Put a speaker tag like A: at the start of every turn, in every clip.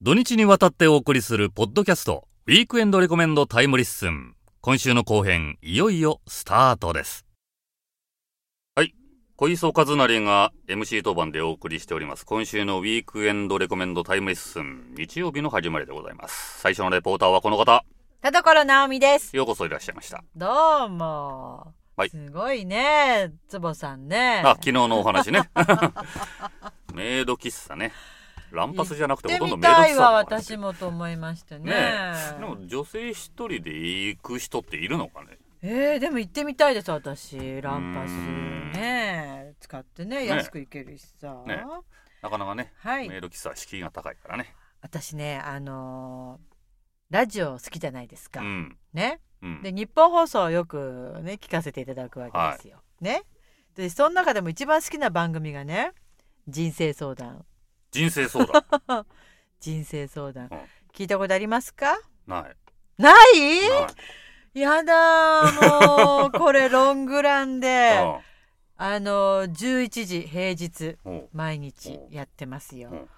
A: 土日にわたってお送りするポッドキャスト、ウィークエンドレコメンドタイムリッスン。今週の後編、いよいよスタートです。はい。小磯和成が MC 当番でお送りしております。今週のウィークエンドレコメンドタイムリッスン。日曜日の始まりでございます。最初のレポーターはこの方。
B: 田所直美です。
A: ようこそいらっしゃいました。
B: どうも。
A: はい
B: すごいね、つぼさんね。
A: あ、昨日のお話ね。 メイド喫茶ね。乱発じゃなくて
B: 行
A: ほ
B: っ
A: とん
B: て
A: ど
B: み
A: メイド喫
B: たい
A: 茶
B: わ、
A: の話
B: 私もと思いましてね。
A: ねえ。でも女性一人で行く人っているのかね
B: えー、でも行ってみたいです、私。ランパス
A: うーん
B: ね。使ってね、安く行けるしさ。
A: ねなかなかね、
B: は
A: メイ
B: い。
A: ド喫茶は敷居が高いからね。
B: 私ね、あのーラジオ好きじゃないです
A: う
B: か。
A: ん。
B: ね。
A: うん。
B: で日本放送をよくね聞かせていただくわけですよ。ね。でその中でも一番好きな番組がね人生相談
A: 人生相談。
B: 人生相談、
A: うん
B: 聞いたことありますか
A: ない。
B: ない
A: ない
B: やだー もうこれロングランで
A: あ
B: あの11時平日
A: あおう
B: 毎日やってますよ。
A: うん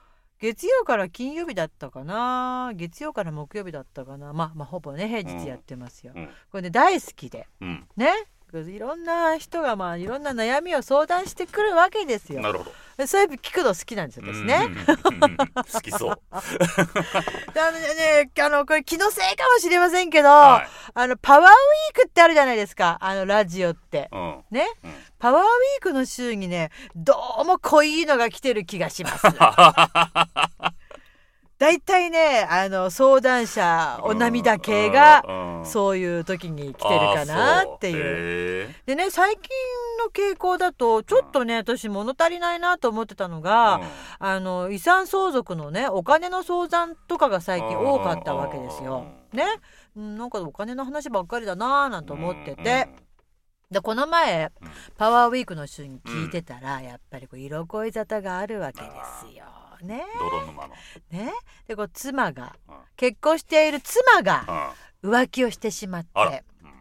B: 月曜から金曜日だったかな月曜から木曜日だったかなまあまあほぼね平日やってますよ。
A: うん
B: これね大好きで
A: うん。
B: ねいろんな人がまあいろんな悩みを相談してくるわけですよ
A: な。るほど。
B: でそういうの聞くの好きなんですよ私ね。
A: うん。うんうん好きそう。
B: であのねあのこれ気のせいかもしれませんけど、
A: はい。
B: あのパワーウィークってあるじゃないですかあのラジオって。
A: うん。
B: ね、
A: うん
B: パワーウィークの週にねどうも濃いのが来てる気が します。だいたいねあの相談者お涙系が
A: が
B: そういう時に来てるかなってい
A: う。
B: う。
A: へ
B: でね最近の傾向だとちょっとね私物足りないなと思ってたの
A: え
B: が、
A: うん
B: あの遺産相続のねお金の相談とかが最近多かったわけですよ。ね、うんなんかお金の話ばっかりだなーなんて思ってて、。でこの前
A: うん
B: パワーウィークの週に聞いてたら、やっぱりこう色恋沙汰があるわけですよ。ね
A: うん泥沼の。
B: ねでこう妻が
A: うん
B: 結婚している妻が
A: あ
B: 浮気をしてしまっ
A: あら
B: て。
A: うん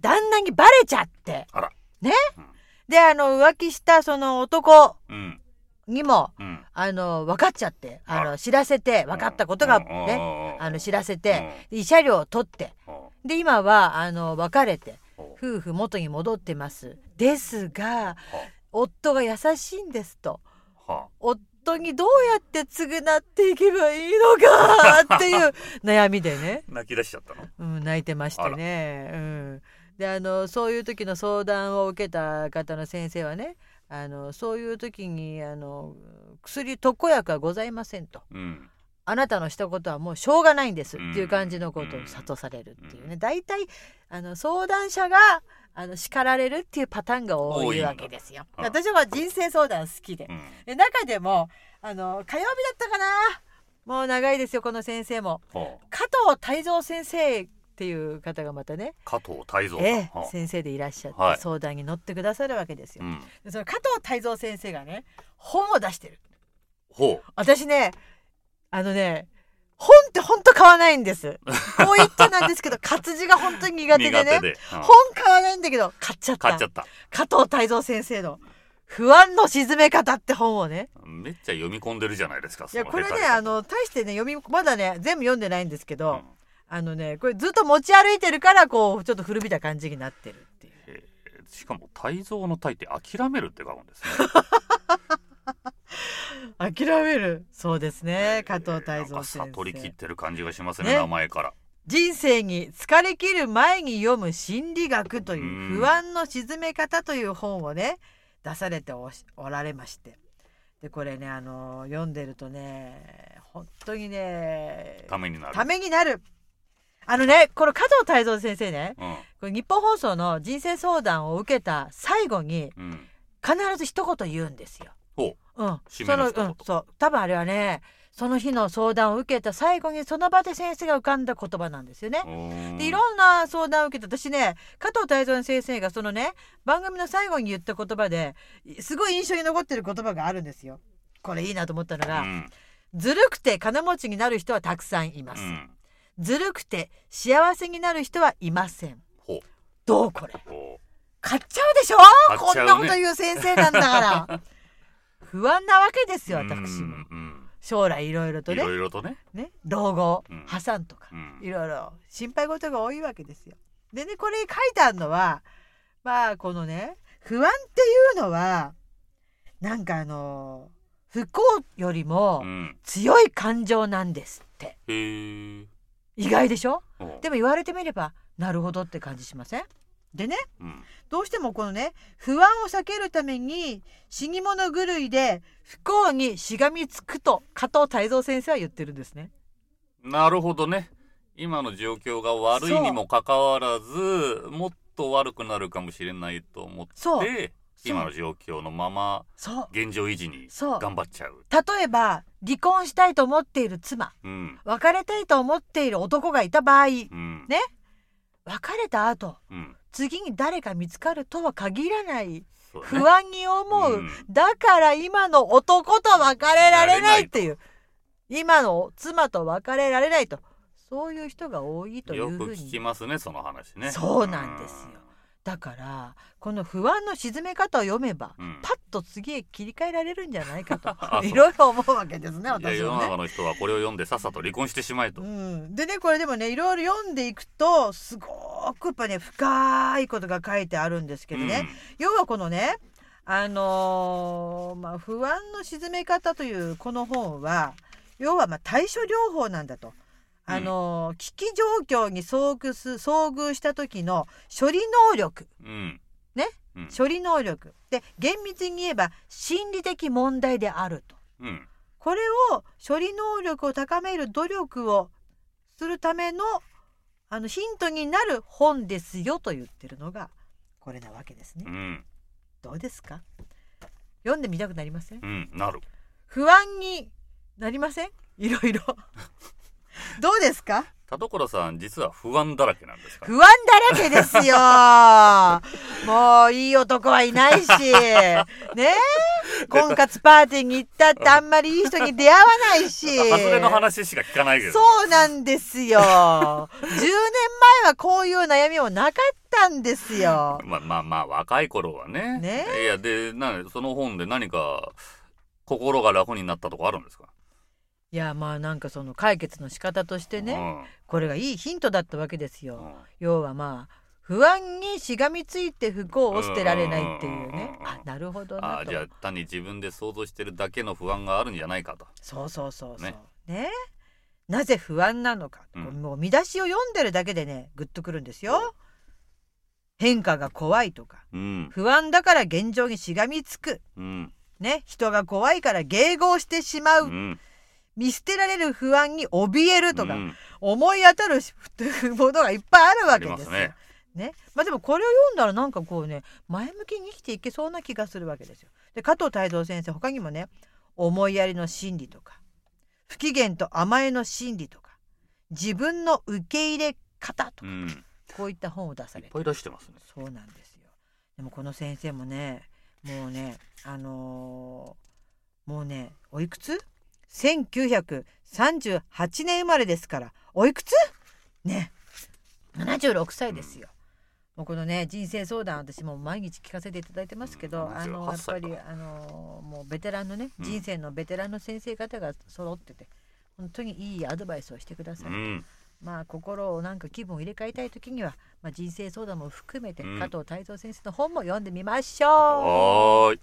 B: 旦那にバレちゃって
A: あら。
B: ね
A: うん
B: であの浮気したその男
A: うん。
B: にも
A: うん。
B: あの分かっちゃってあ
A: あら
B: の知らせて分かったことがね
A: ね
B: あの知らせて慰謝料を取ってで今はあの別れて夫婦元に戻ってますですが夫が優しいんですと
A: は
B: 夫にどうやって償っていけばいいのかっていう悩みでね、
A: 泣き出しちゃったの
B: うん、泣いてましたね。うん、であのそういう時の相談を受けた方の先生はねあのそういう時にあの薬特効薬はございませんと。
A: うん
B: あなたのしたことはもうしょうがないんですっ
A: うん
B: ていう感じのことを諭されるっていう
A: う
B: ね大体あの相談者があの叱られるっていうパターンが多いわけですよ。
A: 多いんだ
B: 私は人生相談好きで
A: うん
B: で中でもあの火曜日だったかなもう長いですよこの先生も
A: はあ
B: 加藤泰造先生っていう方がまたね、
A: 加藤泰造さん
B: ええ
A: はあ
B: 先生でいらっしゃっ
A: はい
B: て相談に乗ってくださるわけですよ
A: う。ん
B: でその加藤泰造先生がね本を出してる。
A: ほう
B: 私ねあのね本って本当買わないんです。こう言ってなんです けど活字が本当に苦手でね
A: 苦手でうん
B: 本買わないんだけど買っちゃった
A: 買っちゃった
B: 加藤泰造先生の「不安の沈め方」って本をね
A: めっちゃ読み込んでるじゃないですか
B: い
A: その
B: やこれ
A: 下手
B: ね
A: した
B: あの大してね読みまだね全部読んでないんですけ
A: う
B: ど、
A: ん
B: あのねこれずっと持ち歩いてるからこうちょっと古びた感じになってるっていう。
A: ええしかも泰造の泰って諦めるって書くんですね
B: 諦めるそうです
A: え
B: ね
A: え
B: 加藤泰
A: な
B: 造
A: んか
B: 先
A: 悟り切っ
B: 生。
A: てる感じがしますね
B: ね
A: 名前から
B: 人生に疲れ切る前に読む心理学と
A: う
B: い
A: ん
B: う不安の沈め方という本をね出されておしおられましてでこれねあの読んでるとね本当にね
A: ためになる
B: ためになるあのねこの加藤泰造先生ね
A: うん
B: これ日本放送の人生相談を受けた最後に
A: うん
B: 必ず一言言うんですよ。
A: ほ
B: うん、
A: 締めの一
B: そ
A: 言
B: の、うん、そう多分あれはねその日の相談を受けた最後にその場で先生が浮かんだ言葉なんですよね。
A: ううん
B: でいろんな相談を受けて私ね加藤泰造先生がそのね番組の最後に言った言葉ですごい印象に残ってる言葉があるんですよ。これいいなと思ったの
A: う
B: が、
A: ん
B: ずるくて金持ちになる人はたくさんいます、
A: うん
B: ずるくて幸せになる人はいません
A: ほう
B: どうこれ
A: ほ
B: 買っちゃうでしょ、
A: 買っ
B: こ
A: ちゃ
B: ん
A: うね
B: なこと言う先生なんだから不安なわけです
A: う
B: よ私も
A: うんうん
B: 将来いろいろと
A: い
B: ね
A: ろいろとね。
B: ね老後
A: うん
B: 破産とか
A: う、ん
B: いろいろ心配事が多いわけですよ。でねこれに書いてあるのはまあこのね不安っていうのはなんかあの不幸よりも
A: うん。
B: 強い感情なんですって
A: へー
B: 意外でしょ
A: おう
B: でも言われてみればなるほどって感じしませんでね
A: うん。
B: どうしてもこのね不安を避けるために死に物狂いで不幸にしがみつくと加藤泰造先生は言ってるんですね。
A: なるほどね。今の状況が悪いにもかかわらず、もっと悪くなるかもしれないと思っ
B: そう
A: て、
B: そう
A: 今の状況のまま
B: そう
A: 現状維持に
B: そう
A: 頑張っちゃう。
B: 例えば離婚したいと思っている妻
A: うん。
B: 別れたいと思っている男がいた場合別
A: うん。
B: ねれた後
A: うん。
B: 次に誰か見つかるとは限らない
A: そうだね
B: 不安に思う、
A: ん
B: だから今の男と別れられないっていう今の妻と別れられないとそういう人が多いとい
A: よ
B: うふ
A: く
B: う
A: 聞き
B: に
A: ますね、その話ね。
B: そうなんですよだからこの不安の沈め方を読めば、
A: うん。うん
B: パッと次へ切り替えられるんじゃないか
A: あ
B: と
A: そう
B: いろいろ思うわけですね
A: いや
B: 私
A: 世の
B: はね
A: 中。の人はこれを読んでさっさと離婚してしまえと。
B: うん、でねこれでもねいろいろ読んでいくとすごくやっぱね深いことが書いてあるんですけどね、要はこのねあのーまあ、不安の沈め方というこの本は要はまあ対処療法なんだと。あのー危機状況に遭遇す遭遇した時の処理能力
A: うん。うん。
B: ね
A: うん。
B: 処理能力で厳密に言えば心理的問題であると。
A: うん。
B: これを処理能力を高める努力をするためのあのヒントになる本ですよと言ってるのがこれなわけですね
A: う。ん。
B: どうですか読んでみたくなりません
A: うん。なる。
B: 不安になりませんいろい ろ。どうですか
A: 田所さん、実は不安だらけなんですから。
B: 不安だらけです よもういい男はいないしねえ婚活パーティーに行ったってあんまりいい人に出会わないし
A: 外れの話しか聞かないけど。
B: そうなんですよ。10年 前はこういう悩みもなかったんで すよ。
A: まあまあまあ若い頃はね。
B: ね
A: いやでなその本で何か心が楽になったとこあるんですか。
B: いやまあなんかその解決の仕方としてね、これがいいヒントだったわけです
A: うん。
B: よ。
A: うん
B: 要はまあ不安にしがみついて不幸を捨てられないっていうね
A: う。ん
B: あなるほど
A: あ
B: な
A: あ
B: と
A: じゃ。あ単に自分で想像してるだけの不安があるんじゃないかと。
B: そうそうそうそう。ね
A: ね
B: なぜ不安なのか、
A: うん
B: もう見出しを読んでるだけでねグッとくるんですよ。変化が怖いとか
A: うん
B: 不安だから現状にしがみつく
A: うん
B: ね、人が怖いから迎合してしま
A: う
B: う、
A: ん。
B: 見捨てられる不安に怯えるとか、
A: うん
B: 思い当たるしものがいっぱいあるわ
A: あ
B: け
A: り
B: で
A: ますす
B: よ。
A: ね
B: ね。まあでもこれを読んだらなんかこうね前向きに生きていけそうな気がするわけですよ。で加藤泰造先生他にもね思いやりの心理とか不機嫌と甘えの心理とか自分の受け入れ方と
A: う
B: か、
A: ん。い
B: こういった本を出され
A: ってぱい出してますね。
B: そうなんですよ。でもこの先生もね、もうね、あのーもうね、おいくつ？1938年生まれですから、おいくつ？ね、76歳ですよ。もうこのね人生相談私も毎日聞かせていただいてますけど、
A: うん
B: あのや
A: 78
B: っぱ
A: 歳か
B: りあのもうベテランのね、
A: うん
B: 人生のベテランの先生方が揃ってて本当にいいアドバイスをしてくださ
A: う
B: い、
A: ん。
B: まあ、心をなんか気分を入れ替えたい時には、まあ、人生相談も含めて
A: うん
B: 加藤泰造先生の本も読んでみましょう。
A: はーい。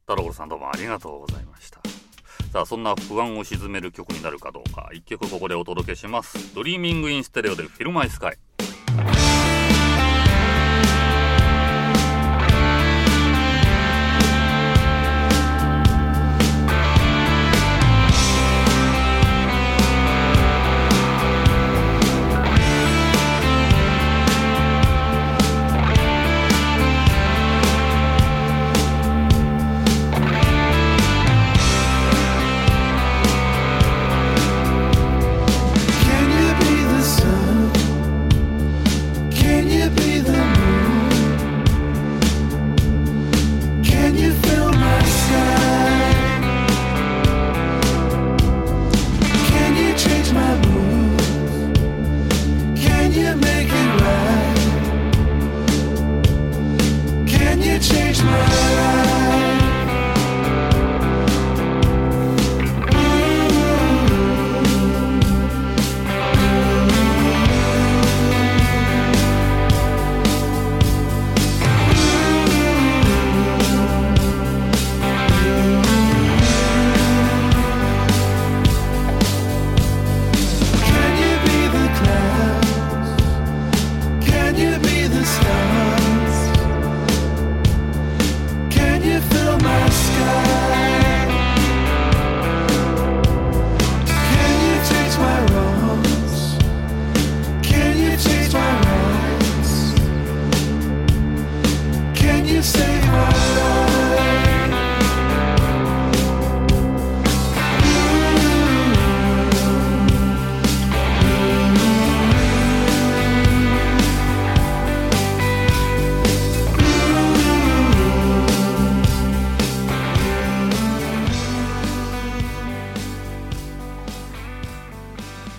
A: 太郎さんどうもありがとうございました。さあそんな不安を鎮める曲になるかどうか一曲ここでお届けします。ドリーミングインステレオでフィルマイスカイ。
C: Can you be the sun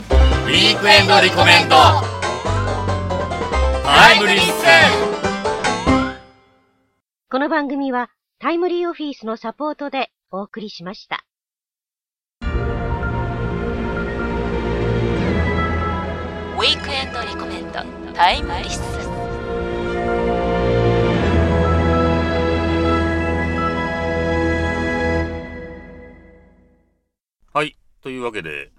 A: ークエンドリコメンドタイムリッスン
C: この番組はタイムリーオフィスのサポートでお送りしました。
D: ウィークエンドリコメンドタイムリッスン
A: はいというわけで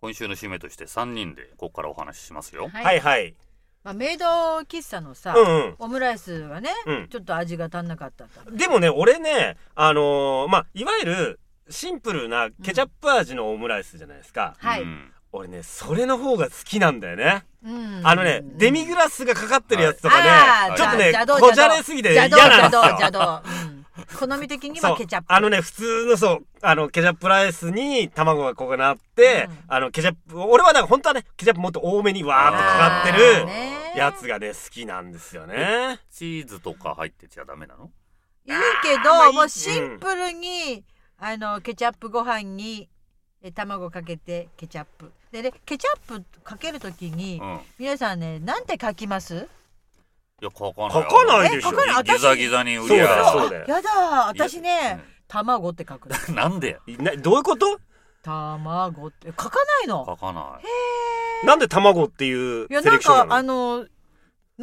A: 今週の締めとして3人でここからお話ししますよ
B: はい
E: はいはい。
B: まあ、メイド喫茶のさ、
E: うん
B: オムライスがね、
E: うん
B: ちょっと味が足んなかったと
E: うん。でもね、俺ね、あのーまあ、いわゆる、シンプルなケチャップ味のオムライスじゃないですか。
B: はい
A: うん
E: 俺ね、それの方が好きなんだよね。
B: うん
E: あのね、デミグラスがかかってるやつとかね、
B: あー
E: ちょっとね
B: 邪道、
E: こじゃれすぎて嫌なんですよ。
B: 邪道邪道邪道、うん、好み的にはケチャップ
E: あのね、普通のそう、あの、ケチャップライスに卵がこうなって、
B: うん
E: あの、ケチャップ、俺はなんか本当はね、ケチャップもっと多めにわーっとかか
B: あー
E: って
B: ね
E: るやつがね、好きなんですよね。
A: チーズとか入ってちゃダメなの
B: いいけど、
E: まあいい
B: もうシンプルに、あのケチャップご飯にえ卵かけてケチャップでねケチャップかけるときに、
A: うん
B: 皆さんねなんて書きます
A: いや書かない
E: 書かないでし
B: え
E: ょ
B: 書。かない私
A: ギザギザに売
E: そう
A: り
E: だ
A: や
E: よ、そうだよ。
B: やだ私ね卵って書く の
A: うんなんで
E: などういうこと
B: 卵って書かないの
A: 書かない
E: なんで卵っていう
B: い
E: セ
B: やな
E: レ
B: ん
E: クショ
B: か
E: ンな
B: あ
E: の
B: の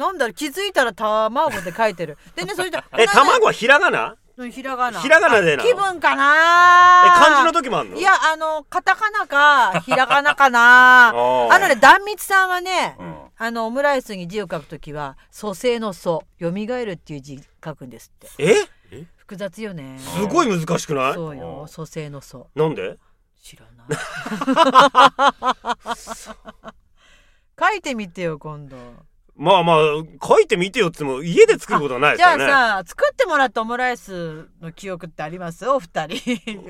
B: なんだろう気づいたら卵って書いてるでねそれで
E: え、卵はひらがな
B: うんひらがな
E: ひらがなでなの
B: 気分か
E: え、
B: な
E: 漢字の時もあんの
B: いや、あの、カタカナか、ひらがなかな。あ
E: あー
B: のね、壇蜜さんはね、
A: うん
B: あの、オムライスに字を書くときは、蘇生の蘇、蘇るっていう字書くんですって。
E: え
B: 複雑よね。
E: すごい難しくない
B: そうよ、蘇生の蘇。
E: なんで
B: 知らない。 書いてみてよ、今度。
E: まあまあ、書いてみてよっつっても、家で作ることはないで
B: じ
E: す
B: ゃ
E: よ
B: あ
E: ね。
B: さ、作ってもらったオムライスの記憶ってありますお二人。一応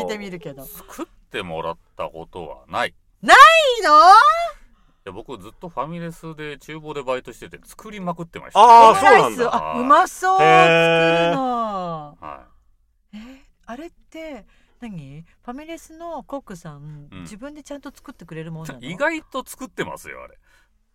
B: 聞いてみるけど。い
A: 作ってもらったことはないい
B: いの
A: や僕ずっとファミレスで厨房でバイトしてて作りまくってました
E: あ
B: オ
E: ー
B: ム
E: そう
B: ラ
E: な
B: イ
E: ん
B: ス、
E: だ
B: あ、うまそう、作
E: へー
B: るの。
A: は
B: えーあれって何ファミレスのコックさん、
A: うん
B: 自分でちゃんと作ってくれるもんなの
A: い、意外と作ってますよあれ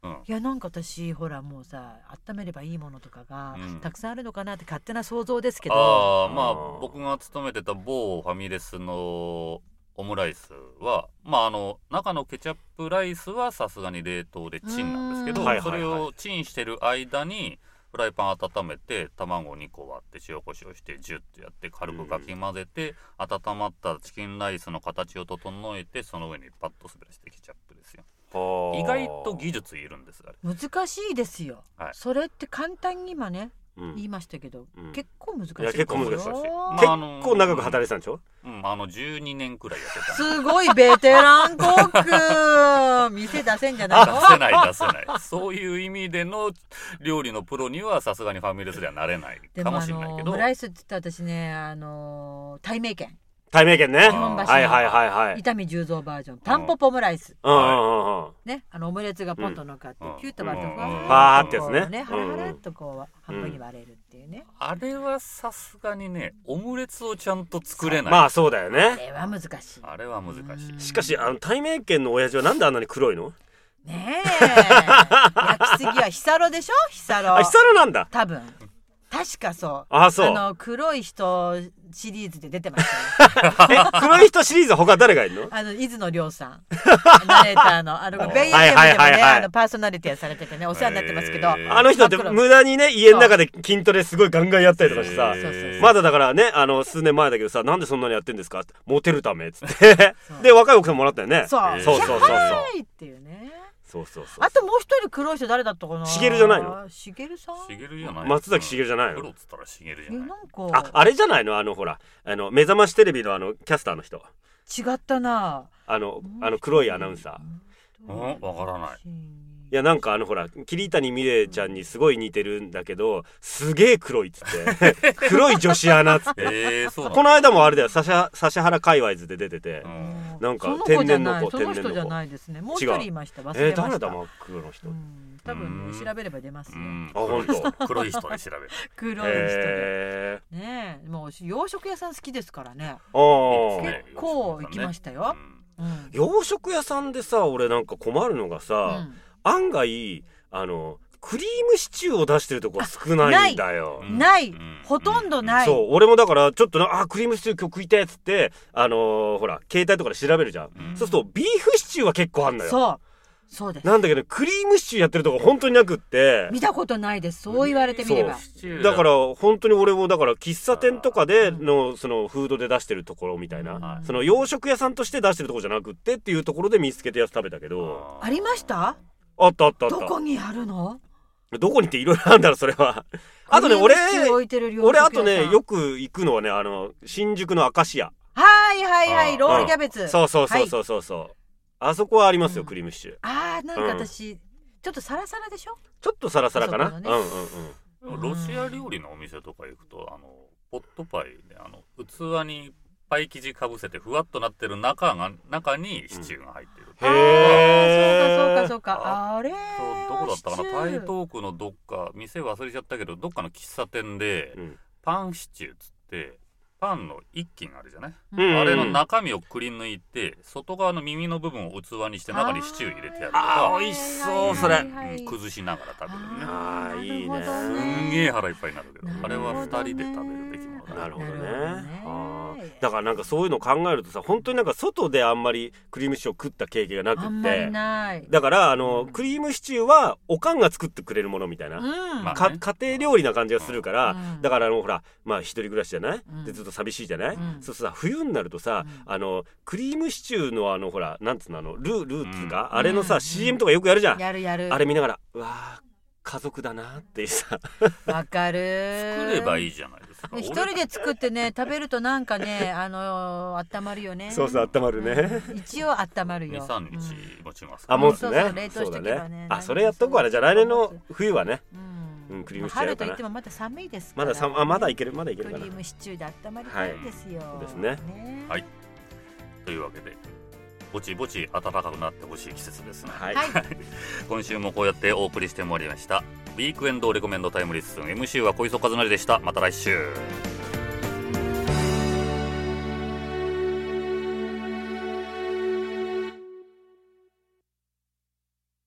A: うん
B: いやなんか私ほらもうさ温めればいいものとかが、
A: うん
B: たくさんあるのかなって勝手な想像ですけど
A: ああま
E: あ
A: あ
E: ー
A: 僕が勤めてた某ファミレスのオムライスはまああの中のケチャップライスはさすがに冷凍でチンなんですけ
B: う
A: ど
B: ーん
E: はい
A: そ
E: はいはい
A: れをチンしてる間にフライパン温めて卵2個割って塩コショウしてジュッとやって軽くかき混ぜて温まったチキンライスの形を整えてその上にパッと滑らせてケチャップですよ意外と技術いるんですあれ
B: 難しいですよ、
A: はい
B: それって簡単に今ね
E: うん
B: 言いましたけど、
E: うん
B: 結構難しい
E: いや結構難しい
B: ですよ
A: ま
E: 結
A: ああの
E: 構長く働いてたんでしょ
A: うんあの12年くらいやってた
B: すごいベテランコ ック店出せんじゃないの
A: 出せない出せないそういう意味での料理のプロにはさすがにファミレスではなれない
B: で
A: か
B: も
A: も
B: あ
A: しれない
B: の
A: け
B: オ
A: ど
B: ムライスって言ったら私ねあのー、対名券
E: 対名券ね。
A: 日
B: 本橋の
E: はいはいはいはい。
B: 伊丹十三バージョンタンポポオムライス
E: うんうんうんうん。
B: ね、あのオムレツがポンと乗っかって、
A: うん
B: ピュッと割ると
A: うん
B: ふわ
E: わーってや
B: こ
E: つ
B: う
E: ね
B: ハラハラ
E: う
B: っ
E: ん
B: とこう半分に割れるっていうね。
A: あれはさすがにねオムレツをちゃんと作れない、
E: まあそうだよ
B: あ
E: ね。
B: れは難しい。
A: あ、れは難しい
E: しかし、あの、対名券の親父はなんであんなに黒いの
B: ね え、焼きすぎはヒサロでしょ？ヒサロ。
E: あ、ヒサロなんだ。
B: 多分。確かそう。
E: あそう
B: の黒い人シリーズで出てますよ。
E: え、黒い人シリーズは他誰がいるの
B: あの伊豆の亮さん、ナレーターのあのベイエ
E: はい
B: でも
E: はいはい
B: ね、
E: はい
B: あのパーソナリティをされててね、お世話になってますけど。
A: えー
E: あの人って
B: 真っ黒
E: 無駄にね、家の中で筋トレすごいガンガンやったりとかしてさ
A: え。
B: そうそうそう
A: ー
E: まだだからね、あの、数年前だけどさ、なんでそんなにやってんですかって、モテるためっつって。で、若い奥さんもらったよね。
B: そう、
A: えー
E: そうそうそうそう
B: はいっていうね。
E: そうそうそう
B: あ。ともう一人黒い人誰だったかな。
E: しげるじゃないの
B: しげるさん。
A: しげるじゃない
E: 松崎しげるじゃないの
A: プロっつったらしげる
B: え
A: じゃ
B: な
A: ない
B: んか
E: あ、あれじゃないのあの、ほら、あの、目覚ましテレビのあの、キャスターの人。
B: 違ったな
E: あの、あの、黒いアナウンサ
A: う
E: ー。
A: んわからない
E: いやなんかあのほら桐谷美玲ちゃんにすごい似てるんだけどすげえ黒いっつって 黒い女子アナっつって
A: えー、そうな
E: こ
A: の
E: の間もあれだよ指原界隈図で出てて、
A: うん
E: なんか
B: その子
E: 天
B: じゃ
E: 然
B: な
E: の
B: い
E: 子
B: その
E: 天然
B: 人じゃ
E: の子
B: ないですねもう一人いました忘
E: え
B: れ
E: ー、
B: ま
E: 誰
B: し
E: だ
B: た、
E: 真っ黒の人、
B: うん多分ね調べれば出ますよ、
A: うん
E: あほんと
A: 黒い人で調べる
B: 黒い人で、
E: へえ
B: ねえもう洋食屋さん好きですからね
E: あー
A: ね
B: 結構行きましたよ
A: うん
B: うん
E: 洋食屋さんでさ俺なんか困るのがさ、案外あのクリームシチューを出してるとこは少ないんだよ。
B: うんない、
A: うん
B: ほとんどない、
E: そう俺もだからちょっとなあクリームシチュー今日食いたいっつってあのーほら携帯とかで調べるじゃん、
A: うん
E: そうするとビーフシチューは結構あんのよ
B: そうそうです
E: なんだけどクリームシチューやってるとこ本当になくって
B: 見たことないですそう言われてみれば
E: そうだから本当に俺もだから喫茶店とかでのそのフードで出してるところみたいな、
A: はい
E: その洋食屋さんとして出してるところじゃなくってっていうところで見つけてやつ食べたけど
B: ありました
E: あったあったあった
B: どこにあるの
E: どこにっていろいろあるんだろそれ はあとね俺
B: クリームシチュー置いてる
E: 俺あとねよ
B: く
E: く行くのはねあの新宿の明石屋
B: はいはいは
A: あ
B: い
A: ー
B: ロールキャベツ
E: そうそうそうそうそうそう、あそこはありますよ、
B: うん
E: クリームシチュー
B: あーなんか
E: うん
B: 私、ちょっとサラサラでしょ
E: ちょっとサラサラかな、
B: そううんだ
E: う
B: ね
E: んうん
A: ロシア料理のお店とか行くとあのポットパイであの器にパイ生地かぶせてふわっとなってる中が中にシチューが入ってる、
E: へ
B: あーそう
E: え
B: かそうかそうかあれは
A: そうどこだったか
B: シ
A: な
B: チュー
A: 台東区のどっか店忘れちゃったけどどっかの喫茶店で、
E: うん
A: パンシチューっつってパンの一斤あるじゃない、
E: うん
A: あれの中身をくり抜いて外側の耳の部分を器にして中にシチュー入れてやると
E: あ
A: か
E: ー美味しそうそれ
B: はいはいはい
A: うん崩しながら食べるね
E: あーいいね
B: なるほど
A: す
B: ね
A: んげえ腹いっぱいになるけど
B: な
A: あれ
B: るほど
A: は
B: ね
A: 二人で食べるべきものだ
E: なるほどね
B: なるほどね
E: あーだからなんかそういうの考えるとさ本当になんか外であんまりクリームシチューを食った経験がな
B: あ
E: く
B: ん
E: っ
B: まり
E: て
B: ない
E: だからあのクリームシチューはおかんが作ってくれるものみたいな、
B: うん、
A: まあ
E: か
A: ね
E: 家庭料理な感じがするから、
B: うん
E: だからあのほらまあ一人暮らしじゃない、
B: うん
E: でずっと寂しいじゃない、
B: うん
E: そうするとさ冬になるとさ、あのクリームシチューのあのほらなんつうのあのルールーツが、
B: うん
E: あれのさ、
B: うん
E: CM とかよくやるじゃん、
B: やるやる
E: あれ見ながらうわー家族だなっていうさ
B: わかる
A: 作ればいいじゃないですか
B: で一人で作ってね食べるとなんかねあのー、温まるよね
E: そうそう温まるね
B: うん一応温まるよ
A: 23
B: うん
A: 日持ちます
E: あもうす
B: そう
E: ね
B: そう冷凍しとけばね
E: そうだ
B: 大丈夫
E: あそれやっとくわねじゃあ来年の冬はね
B: うん
E: うんクリームシチューや
B: 春
E: ろうか
B: と
E: な
B: 言ってもまだ寒いですか
E: ま
B: ら
E: ださあまだいけるまだいけ
B: ク
E: る
B: リ
E: かな
B: ームシチューで温まりたいですよ、
E: いですね
A: はいというわけでぼちぼち暖かくなってほしい季節ですね
E: はい、
B: はい
A: 今週もこうやってお送りしてまいりましたウィークエンドレコメンドタイムリッスン MC は小磯和成でしたまた来週